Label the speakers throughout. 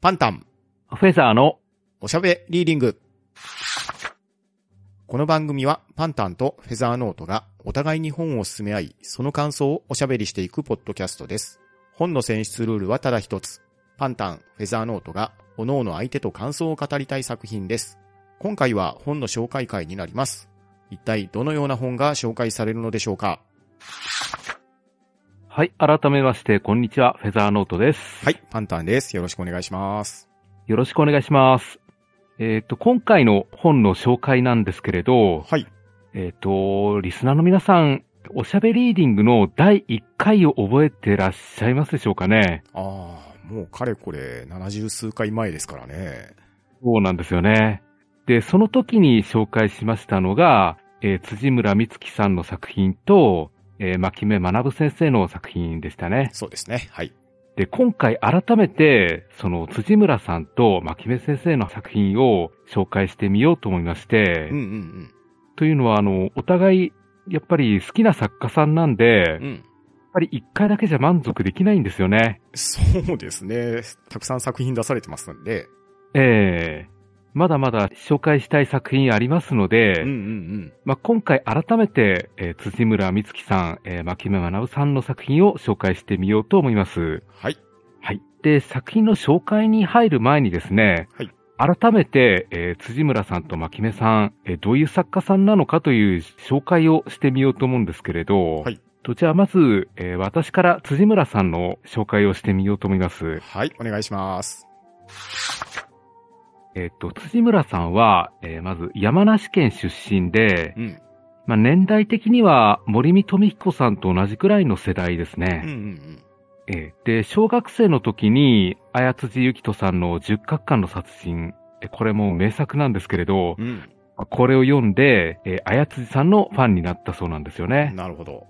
Speaker 1: パンタン、
Speaker 2: フェザーの
Speaker 1: おしゃべリーディング。この番組はパンタンとフェザーノートがお互いに本を進め合い、その感想をおしゃべりしていくポッドキャストです。本の選出ルールはただ一つ。パンタン、フェザーノートが各々相手と感想を語りたい作品です。今回は本の紹介会になります。一体どのような本が紹介されるのでしょうか
Speaker 2: はい、改めまして、こんにちは、フェザーノートです。
Speaker 1: はい、パンタンです。よろしくお願いします。
Speaker 2: よろしくお願いします。えっ、と、今回の本の紹介なんですけれど、
Speaker 1: はい。
Speaker 2: えっ、と、リスナーの皆さん、おしゃべりーディングの第1回を覚えてらっしゃいますでしょうかね
Speaker 1: ああ、もうかれこれ70数回前ですからね。
Speaker 2: そうなんですよね。で、その時に紹介しましたのが、えー辻村美月さんの作品と、えー牧目学先生の作品でしたね。
Speaker 1: そうですね。はい。
Speaker 2: で、今回改めて、その辻村さんと牧目先生の作品を紹介してみようと思いまして、
Speaker 1: うんうん
Speaker 2: というのは、あの、お互い、やっぱり好きな作家さんなん
Speaker 1: うん。
Speaker 2: で、やっ
Speaker 1: うん。
Speaker 2: ぱり一回だけじゃ満足できないんですよね。
Speaker 1: そうですね。たくさん作品出されてますんで。
Speaker 2: ええまだまだ紹介したい作品ありますの
Speaker 1: うんう
Speaker 2: で、
Speaker 1: んうん。
Speaker 2: まあ、今回改めて、えー辻村美月さん、えー牧目学さんの作品を紹介してみようと思います。
Speaker 1: はい。
Speaker 2: はい。で、作品の紹介に入る前にですね、
Speaker 1: はい
Speaker 2: 改めて、えー辻村さんと牧目さん、えーどういう作家さんなのかという紹介をしてみようと思うんですけれど、
Speaker 1: はい
Speaker 2: とじゃあまず、えー私から辻村さんの紹介をしてみようと思います。
Speaker 1: はい。お願いします。
Speaker 2: えっ、と、辻村さんは、えーまず山梨県出身で
Speaker 1: う、ん。
Speaker 2: まあ、年代的には森見富彦さんと同じくらいの世代ですね。
Speaker 1: うんうんうん。
Speaker 2: えーで、小学生の時に、綾辻ゆきとさんの十角館の殺人、えーこれも名作なんですけれど、
Speaker 1: うん。
Speaker 2: まあこれを読んで、えー綾辻さんのファンになったそうなんですよね。
Speaker 1: なるほど。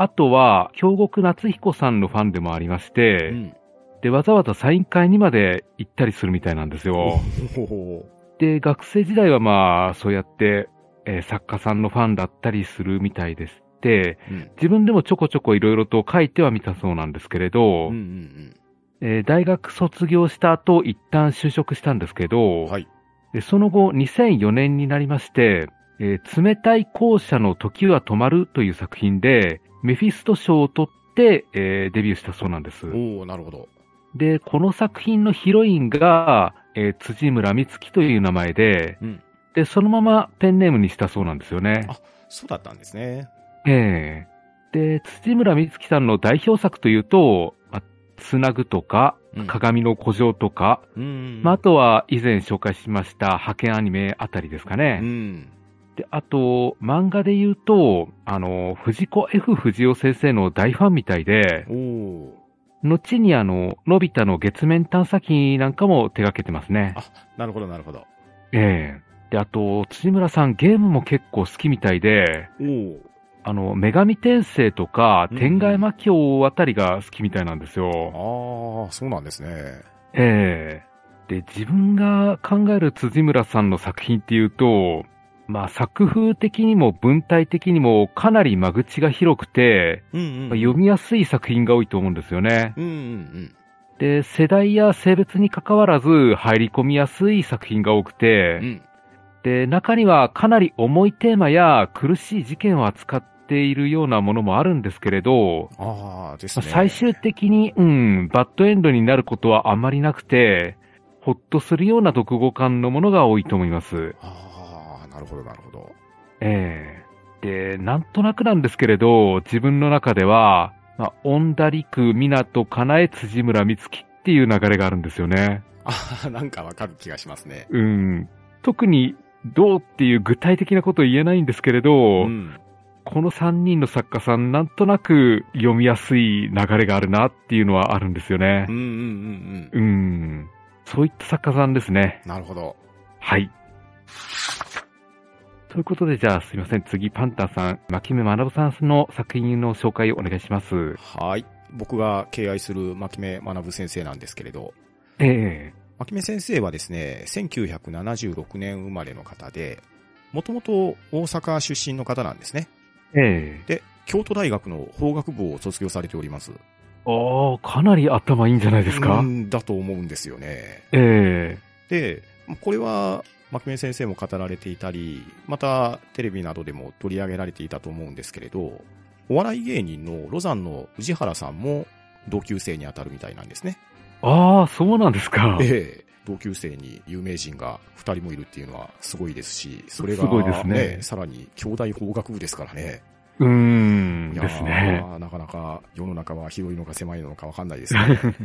Speaker 2: あとは、京極夏彦さんのファンでもありま
Speaker 1: う
Speaker 2: して、
Speaker 1: ん。
Speaker 2: で、わざわざサイン会にまで行ったりするみたいなんですよ。
Speaker 1: ほほ
Speaker 2: で、学生時代はまあ、そうやって、えー作家さんのファンだったりするみたいです。で、
Speaker 1: うん。
Speaker 2: 自分でもちょこちょこいろいろと書いてはみたそうなんですけれど、
Speaker 1: うんうん
Speaker 2: えー大学卒業した後、一旦就職したんですけ
Speaker 1: う
Speaker 2: ど、
Speaker 1: ん。はい。
Speaker 2: でその後、2004年になりまして、えー冷たい校舎の時は止まるという作品で、メフィスト賞を取って、えーデビューしたそうなんです。
Speaker 1: おおなるほど。
Speaker 2: で、この作品のヒロインが、えー辻村美月という名前で、
Speaker 1: うん
Speaker 2: で、そのままペンネームにしたそうなんですよね
Speaker 1: あ。そうだったんですね。
Speaker 2: ええで、辻村美月さんの代表作というと、まあつなぐとか、
Speaker 1: うん
Speaker 2: 鏡の古城とか、
Speaker 1: うん。
Speaker 2: まあ、あとは以前紹介しました派遣アニメあたりですかね。
Speaker 1: うん。
Speaker 2: で、あと、漫画で言うと、あの、藤子 F 不二雄先生の大ファンみたいで、
Speaker 1: おお
Speaker 2: 後にあの、のび太の月面探査機なんかも手掛けてますね
Speaker 1: あ。なるほど、なるほど。
Speaker 2: ええで、あと、辻村さんゲームも結構好きみたいで、
Speaker 1: おお
Speaker 2: あの、女神転生とか
Speaker 1: う、ん
Speaker 2: 天外魔境あたりが好きみたいなんですよ。
Speaker 1: ああ、そうなんですね。
Speaker 2: ええで、自分が考える辻村さんの作品っていうと、まあ作風的にも文体的にもかなり間口が広くて、
Speaker 1: うん
Speaker 2: まあ読みやすい作品が多いと思うんですよね。
Speaker 1: うんうん
Speaker 2: で、世代や性別に関わらず入り込みやすい作品が多く
Speaker 1: うん。う
Speaker 2: て、
Speaker 1: ん。
Speaker 2: で、中にはかなり重いテーマや苦しい事件を扱っているようなものもあるんですけれど、
Speaker 1: ああ、です
Speaker 2: まあ
Speaker 1: ね。
Speaker 2: 最終的に、うん、バッドエンドになることはあんまりなくて、ほっとするような読後感のものが多いと思います。
Speaker 1: ああ、なるほど、なるほど。
Speaker 2: ええで、なんとなくなんですけれど、自分の中では、まあ、オンダリク、港、かなえ、辻村美月っていう流れがあるんですよね。
Speaker 1: ああ、なんかわかる気がしますね。
Speaker 2: うん。特に、どうっていう具体的なこと言えないんですけれど、
Speaker 1: ん。
Speaker 2: この3人の作家さん、なんとなく読みやすい流れがあるなっていうのはあるんですよね
Speaker 1: うんうんう。んう
Speaker 2: うーん。そういった作家さんですね。
Speaker 1: ん。なるほど。
Speaker 2: はい。ということで、じゃあすいません。次、パンタンさん、牧目学さんの作品の紹介をお願いします。
Speaker 1: はい。僕が敬愛する牧目学先生なんですけれど、
Speaker 2: ええ
Speaker 1: 牧目先生はですね、1976年生まれの方で、もともと大阪出身の方なんですね。
Speaker 2: ええ
Speaker 1: で、京都大学の法学部を卒業されております。
Speaker 2: ああ、かなり頭いいんじゃないですか、
Speaker 1: うんだと思うんですよね。
Speaker 2: ええ
Speaker 1: で、これは、マキメ先生も語られていたり、またテレビなどでも取り上げられていたと思うんですけれど、お笑い芸人のロザンの宇治原さんも同級生に当たるみたいなんですね。
Speaker 2: ああ、そうなんですか。
Speaker 1: ええ同級生に有名人が2人もいるっていうのはすごいですし、それが、
Speaker 2: すごいですね
Speaker 1: さらに兄弟法学部ですからね。
Speaker 2: うーん、
Speaker 1: いやー
Speaker 2: ですね。
Speaker 1: なかなか世の中は広いのか狭いのかわかんないですけど、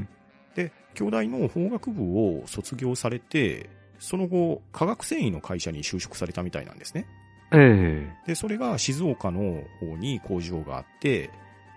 Speaker 1: で、京大の法学部を卒業されて、その後、化学繊維の会社に就職されたみたいなんですね。
Speaker 2: え
Speaker 1: で、それが静岡の方に工場があって、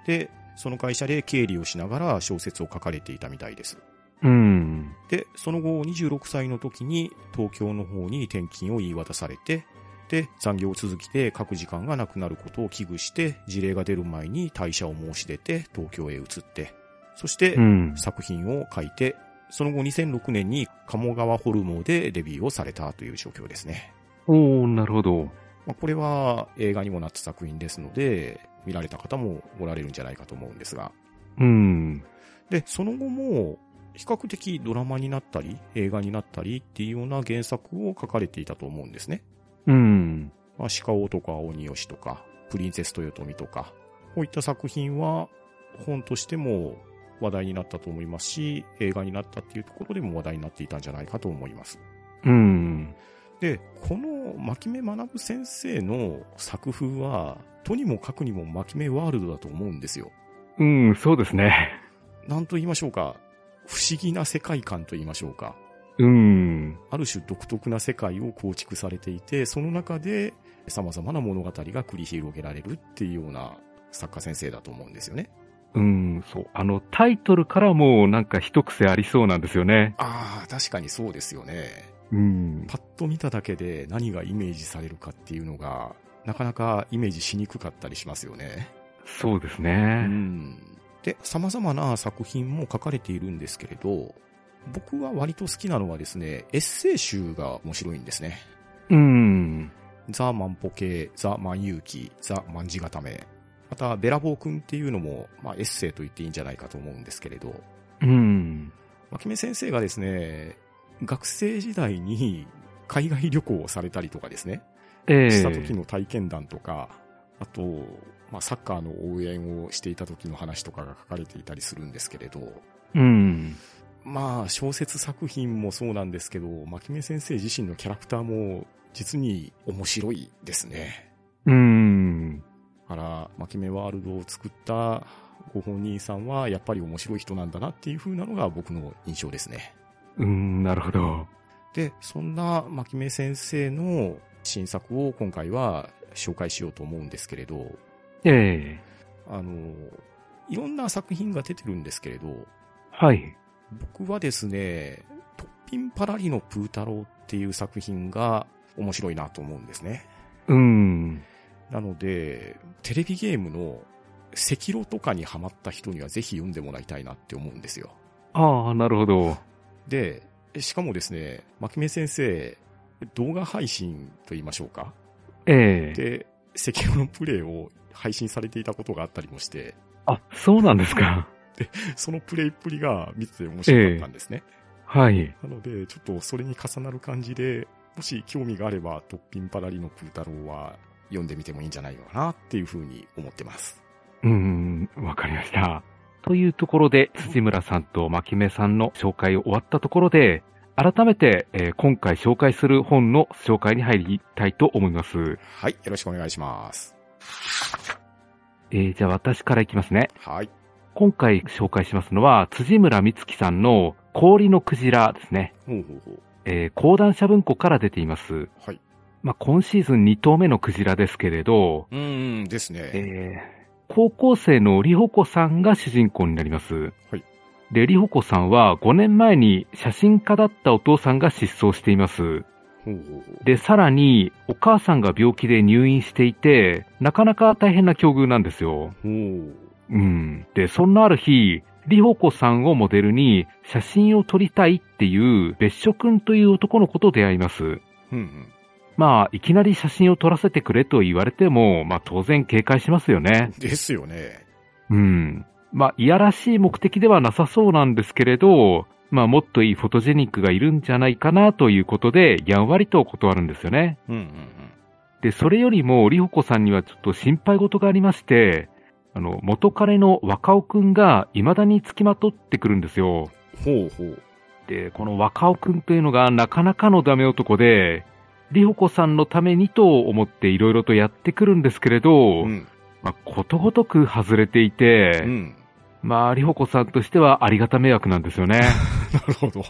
Speaker 1: で、その会社で経理をしながら小説を書かれていたみたいです。
Speaker 2: えうん。
Speaker 1: で、その後26歳の時に東京の方に転勤を言い渡されて、で、残業続きで書く時間がなくなることを危惧して、事例が出る前に退社を申し出て東京へ移って、そして、
Speaker 2: うん。
Speaker 1: 作品を書いて、その後2006年に鴨川ホルモーでデビューをされたという状況ですね。
Speaker 2: おおなるほど。
Speaker 1: まあ、これは映画にもなった作品ですので、見られた方もおられるんじゃないかと思うんですが。
Speaker 2: うん。
Speaker 1: で、その後も、比較的ドラマになったり、映画になったりっていうような原作を書かれていたと思うんですね。
Speaker 2: うん。
Speaker 1: まあ、鹿尾とか鬼吉とか、プリンセス豊臣とか、こういった作品は本としても話題になったと思いますし、映画になったっていうところでも話題になっていたんじゃないかと思います。
Speaker 2: うん。
Speaker 1: で、この牧目学先生の作風は、とにもかくにも牧目ワールドだと思うんですよ。
Speaker 2: うん、そうですね。
Speaker 1: なんと言いましょうか。不思議な世界観と言いましょうか。
Speaker 2: うん。
Speaker 1: ある種独特な世界を構築されていて、その中で様々な物語が繰り広げられるっていうような作家先生だと思うんですよね。
Speaker 2: うん、そう。あの、タイトルからもうなんか一癖ありそうなんですよね。
Speaker 1: ああ、確かにそうですよね。
Speaker 2: うん。
Speaker 1: パッと見ただけで何がイメージされるかっていうのが、なかなかイメージしにくかったりしますよね。
Speaker 2: そうです
Speaker 1: う
Speaker 2: ね。
Speaker 1: ん。で、様々な作品も書かれているんですけれど、僕は割と好きなのはですね、エッセイ集が面白いんですね。
Speaker 2: うん。
Speaker 1: ザ・マンポケ、ザ・マンユーキ、ザ・マンジ固め。また、ベラボー君っていうのも、まあ、エッセイと言っていいんじゃないかと思うんですけれど、
Speaker 2: うん。
Speaker 1: 牧目先生がですね、学生時代に海外旅行をされたりとかですね、
Speaker 2: ええ
Speaker 1: した時の体験談とか、あと、まあ、サッカーの応援をしていた時の話とかが書かれていたりするんですけれど、
Speaker 2: うん。
Speaker 1: まあ、小説作品もそうなんですけど、牧目先生自身のキャラクターも実に面白いですね。
Speaker 2: うん。
Speaker 1: だから、巻目ワールドを作ったご本人さんは、やっぱり面白い人なんだなっていう風なのが僕の印象ですね。
Speaker 2: うん、なるほど。
Speaker 1: で、そんな巻目先生の新作を今回は紹介しようと思うんですけれど、
Speaker 2: ええ
Speaker 1: あの、いろんな作品が出てるんですけれど、
Speaker 2: はい。
Speaker 1: 僕はですね、トッピンパラリのプー太郎っていう作品が面白いなと思うんですね。
Speaker 2: うん。
Speaker 1: なので、テレビゲームの赤炉とかにハマった人にはぜひ読んでもらいたいなって思うんですよ。
Speaker 2: ああ、なるほど。
Speaker 1: で、しかもですね、牧目先生、動画配信と言いましょうか。
Speaker 2: ええ
Speaker 1: で、赤炉のプレイを配信されていたことがあったりもして、
Speaker 2: あ、そうなんですか。
Speaker 1: そのプレイっぷりが見てて面白かったんですね。
Speaker 2: はい。
Speaker 1: なので、ちょっとそれに重なる感じで、もし興味があれば、トッピンパラリのプー太郎は読んでみてもいいんじゃないかなっていうふうに思ってます。
Speaker 2: うん、わかりました。というところで、辻村さんと牧目さんの紹介を終わったところで、改めて、えー今回紹介する本の紹介に入りたいと思います。
Speaker 1: はい、よろしくお願いします。
Speaker 2: えーじゃあ私からいきますね。
Speaker 1: はい。
Speaker 2: 今回紹介しますのは、辻村美月さんの氷のクジラですね。
Speaker 1: ほうほうほう。
Speaker 2: えー講談社文庫から出ています。
Speaker 1: はい。
Speaker 2: まあ、今シーズン2頭目のクジラですけれど、
Speaker 1: うーん、ですね。
Speaker 2: えー高校生のリホコさんが主人公になります。
Speaker 1: はい
Speaker 2: で、リホコさんは5年前に写真家だったお父さんが失踪しています。
Speaker 1: ほうほうほう。
Speaker 2: で、さらにお母さんが病気で入院していて、なかなか大変な境遇なんですよ。
Speaker 1: ほう。
Speaker 2: うん。で、そんなある日、リホコさんをモデルに写真を撮りたいっていう別所くんという男の子と出会います。
Speaker 1: うんうん。
Speaker 2: まあ、いきなり写真を撮らせてくれと言われても、まあ当然警戒しますよね。
Speaker 1: ですよね。
Speaker 2: うん。まあ、いやらしい目的ではなさそうなんですけれど、まあ、もっといいフォトジェニックがいるんじゃないかなということで、やんわりと断るんですよね。
Speaker 1: うんうん
Speaker 2: で、それよりも、りほこさんにはちょっと心配事がありまして、あの、元彼の若尾くんが未だに付きまとってくるんですよ。
Speaker 1: うん。ほうほう。
Speaker 2: で、この若尾くんというのがなかなかのダメ男で、りほこさんのためにと思っていろいろとやってくるんですけれど、
Speaker 1: うん。
Speaker 2: まあ、ことごとく外れていて、
Speaker 1: うん。
Speaker 2: まあ、りほこさんとしてはありがた迷惑なんですよね。
Speaker 1: なる ほど。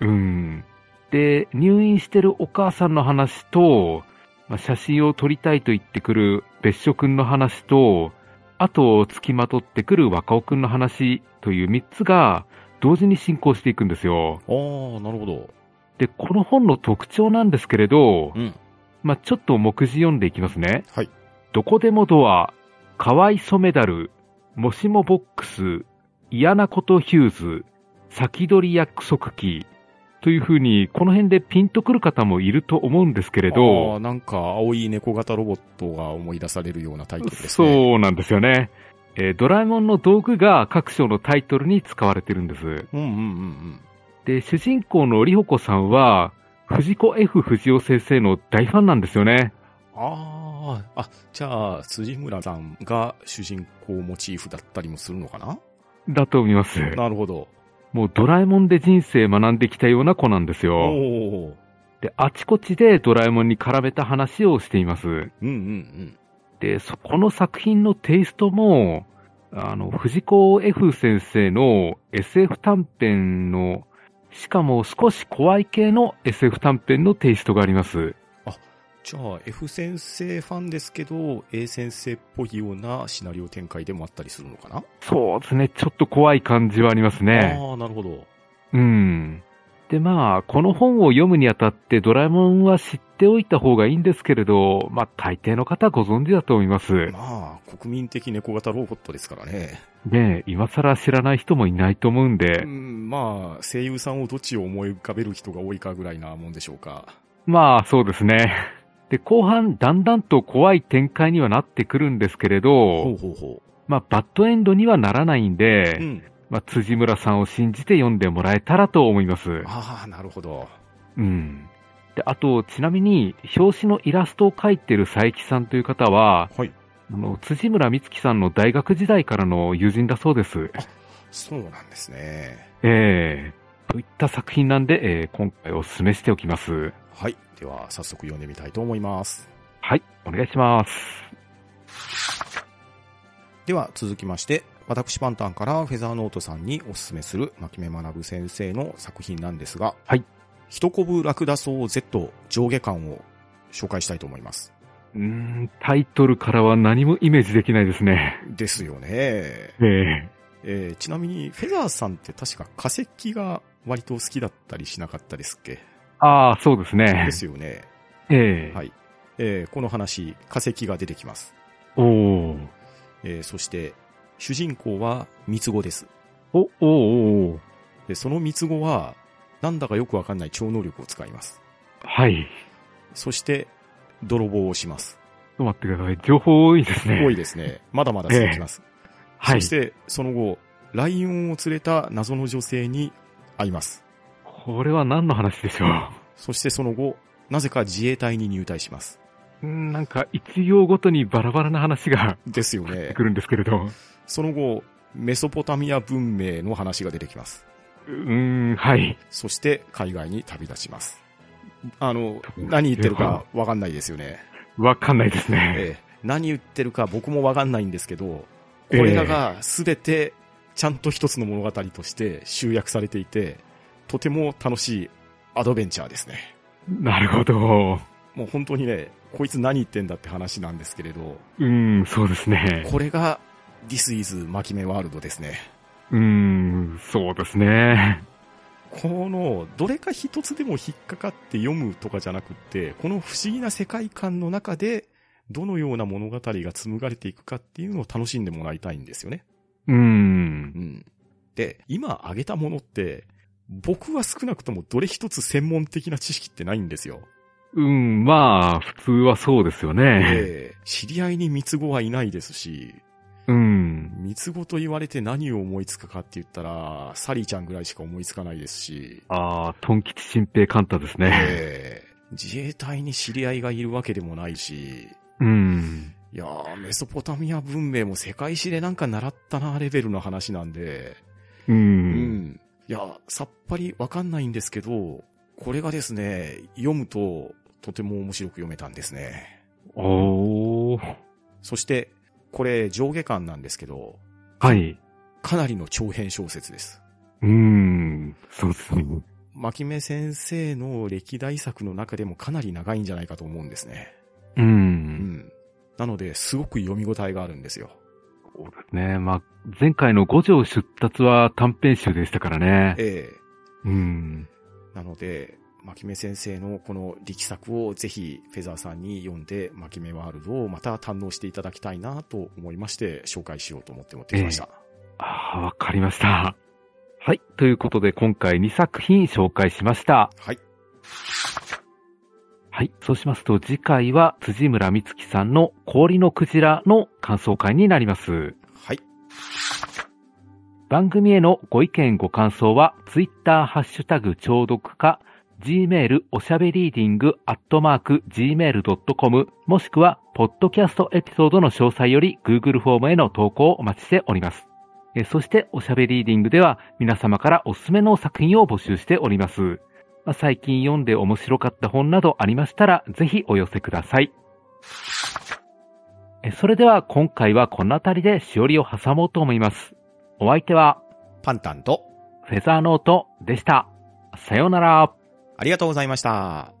Speaker 2: うん。で、入院してるお母さんの話と、まあ、写真を撮りたいと言ってくる別所くんの話と、あと、付きまとってくる若尾くんの話という3つが、同時に進行していくんですよ。
Speaker 1: ああ、なるほど。
Speaker 2: で、この本の特徴なんですけれど、
Speaker 1: うん。
Speaker 2: まあ、ちょっと目次読んでいきますね。
Speaker 1: はい。
Speaker 2: どこでもドア、かわいそメダル、もしもボックス、嫌なことヒューズ、先取り約束機、というふうに、この辺でピンとくる方もいると思うんですけれ
Speaker 1: あー
Speaker 2: ど、
Speaker 1: なんか、青い猫型ロボットが思い出されるようなタイトルですね。
Speaker 2: そうなんですよね。えードラえもんの道具が各章のタイトルに使われてるんです。
Speaker 1: う。うんうんうん
Speaker 2: で、主人公のりほこさんは、藤子 F 不二雄先生の大ファンなんですよね。
Speaker 1: うん。ああ、あ、じゃあ、辻村さんが主人公モチーフだったりもするのかな
Speaker 2: だと思います。
Speaker 1: なるほど。
Speaker 2: もうドラえもんで人生学んできたような子なんです
Speaker 1: お
Speaker 2: よ。
Speaker 1: おー。
Speaker 2: で、あちこちでドラえもんに絡めた話をしています。
Speaker 1: うんうん
Speaker 2: で、そこの作品のテイストも、あの、藤子 F 先生の SF 短編の、しかも少し怖い系の SF 短編のテイストがあります。
Speaker 1: うん。じゃあ、F 先生ファンですけど、A 先生っぽいようなシナリオ展開でもあったりするのかな、
Speaker 2: そうですね、ちょっと怖い感じはありますね。
Speaker 1: ああ、なるほど。
Speaker 2: うん。で、まあ、この本を読むにあたってドラえもんは知っておいた方がいいんですけれど、まあ、大抵の方ご存知だと思います。
Speaker 1: まあ、国民的猫型ロボットですからね。
Speaker 2: ねえ、今更知らない人もいないと思うんで、
Speaker 1: うん、まあ、声優さんをどっちを思い浮かべる人が多いかぐらいなもんでしょうか。
Speaker 2: まあそうですね。 で、後半だんだんと怖い展開にはなってくるんですけれど、
Speaker 1: ほうほ
Speaker 2: まあバッドエンドにはならないんで、
Speaker 1: うん。
Speaker 2: まあ辻村さんを信じて読んでもらえたらと思います。
Speaker 1: ああ、なるほど。
Speaker 2: うん。で、あと、ちなみに、表紙のイラストを描いてる佐伯さんという方は、
Speaker 1: はい。
Speaker 2: あの、辻村美月さんの大学時代からの友人だそうです。
Speaker 1: そうなんですね。
Speaker 2: ええといった作品なんで、えー今回お勧めしておきます。
Speaker 1: はい。では、早速読んでみたいと思います。
Speaker 2: はい、お願いします。
Speaker 1: では、続きまして、私パンタンからフェザーノートさんにおすすめする、牧目学先生の作品なんですが、
Speaker 2: はい。
Speaker 1: 一コブラクダ層 Z 上下巻を紹介したいと思います。
Speaker 2: うーん、タイトルからは何もイメージできないですね。
Speaker 1: ですよね。
Speaker 2: ええ
Speaker 1: えーちなみに、フェザーさんって確か化石が割と好きだったりしなかったですっけ
Speaker 2: ああ、そうですね
Speaker 1: で。すよね。
Speaker 2: ええ
Speaker 1: はい。えーこの話、化石が出てきます。
Speaker 2: おお
Speaker 1: えーそして、主人公は三つ子です。
Speaker 2: おおおお
Speaker 1: で、その三つ子は、なんだかよくわかんない超能力を使います。
Speaker 2: はい。
Speaker 1: そして、泥棒をします。
Speaker 2: ちょっと待ってください。情報多いですね。
Speaker 1: 多いですね。まだまだ続きます。
Speaker 2: はい
Speaker 1: そし。て、その後、ライオンを連れた謎の女性に会います。
Speaker 2: これは何の話でしょう。
Speaker 1: そしてその後、なぜか自衛隊に入隊します。
Speaker 2: うーんなんか、一行ごとにバラバラな話が
Speaker 1: ですよ
Speaker 2: 出て
Speaker 1: ね。
Speaker 2: くるんですけれど。
Speaker 1: その後、メソポタミア文明の話が出てきます。
Speaker 2: うーん、はい。
Speaker 1: そして海外に旅立ちます。あの、何言ってるかわかんないですよね。
Speaker 2: わかんないですね。
Speaker 1: ええ何言ってるか僕もわかんないんですけど、これらが全てちゃんと一つの物語として集約されていて、とても楽しいアドベンチャーですね。
Speaker 2: なるほど。
Speaker 1: もう本当にね、こいつ何言ってんだって話なんですけれど、
Speaker 2: うーん、そうですね。
Speaker 1: これが This is 巻き目ワールドですね。
Speaker 2: うーん、そうですね。
Speaker 1: この、どれか一つでも引っかかって読むとかじゃなくって、この不思議な世界観の中で、どのような物語が紡がれていくかっていうのを楽しんでもらいたいんですよね。
Speaker 2: うーん
Speaker 1: う。ん。で、今挙げたものって、僕は少なくともどれ一つ専門的な知識ってないんですよ。
Speaker 2: うん、まあ、普通はそうですよね。
Speaker 1: ええ知り合いに三つ子はいないですし、
Speaker 2: うん。
Speaker 1: 三つ子と言われて何を思いつくかって言ったら、サリーちゃんぐらいしか思いつかないですし、
Speaker 2: ああ、トン吉新平カンタですね。
Speaker 1: えー自衛隊に知り合いがいるわけでもないし、
Speaker 2: うん。
Speaker 1: いやー、メソポタミア文明も世界史でなんか習ったなレベルの話なんで、
Speaker 2: う。
Speaker 1: うんいや、さっぱりわかんないんですけど、これがですね、読むととても面白く読めたんですね。
Speaker 2: おー。
Speaker 1: そして、これ上下巻なんですけど、
Speaker 2: はい。
Speaker 1: かなりの長編小説です。
Speaker 2: うん。そうですね。
Speaker 1: 牧目先生の歴代作の中でもかなり長いんじゃないかと思うんですね。
Speaker 2: う。
Speaker 1: うんん。なので、すごく読み応えがあるんですよ。
Speaker 2: そうですね。まあ、前回の五条出立は短編集でしたからね。
Speaker 1: ええ
Speaker 2: うん。
Speaker 1: なので、牧目先生のこの力作をぜひフェザーさんに読んで、牧目ワールドをまた堪能していただきたいなと思いまして、紹介しようと思って持ってきました。
Speaker 2: ああ、わかりました。はい。ということで、今回2作品紹介しました。
Speaker 1: はい。
Speaker 2: はい。そうしますと、次回は辻村美月さんの氷のクジラの感想会になります。
Speaker 1: はい。
Speaker 2: 番組へのご意見ご感想は、ツイッターハッシュタグ聴読か、gmail おしゃべりーディングアットマーク gmail.com もしくは、ポッドキャストエピソードの詳細より Google フォームへの投稿をお待ちしております。えそして、おしゃべりーディングでは、皆様からおすすめの作品を募集しております。まあ最近読んで面白かった本などありましたら、ぜひお寄せください。えそれでは、今回はこのあたりでしおりを挟もうと思います。お相手は、
Speaker 1: パンタンと、
Speaker 2: フェザーノートでした。さようなら。
Speaker 1: ありがとうございました。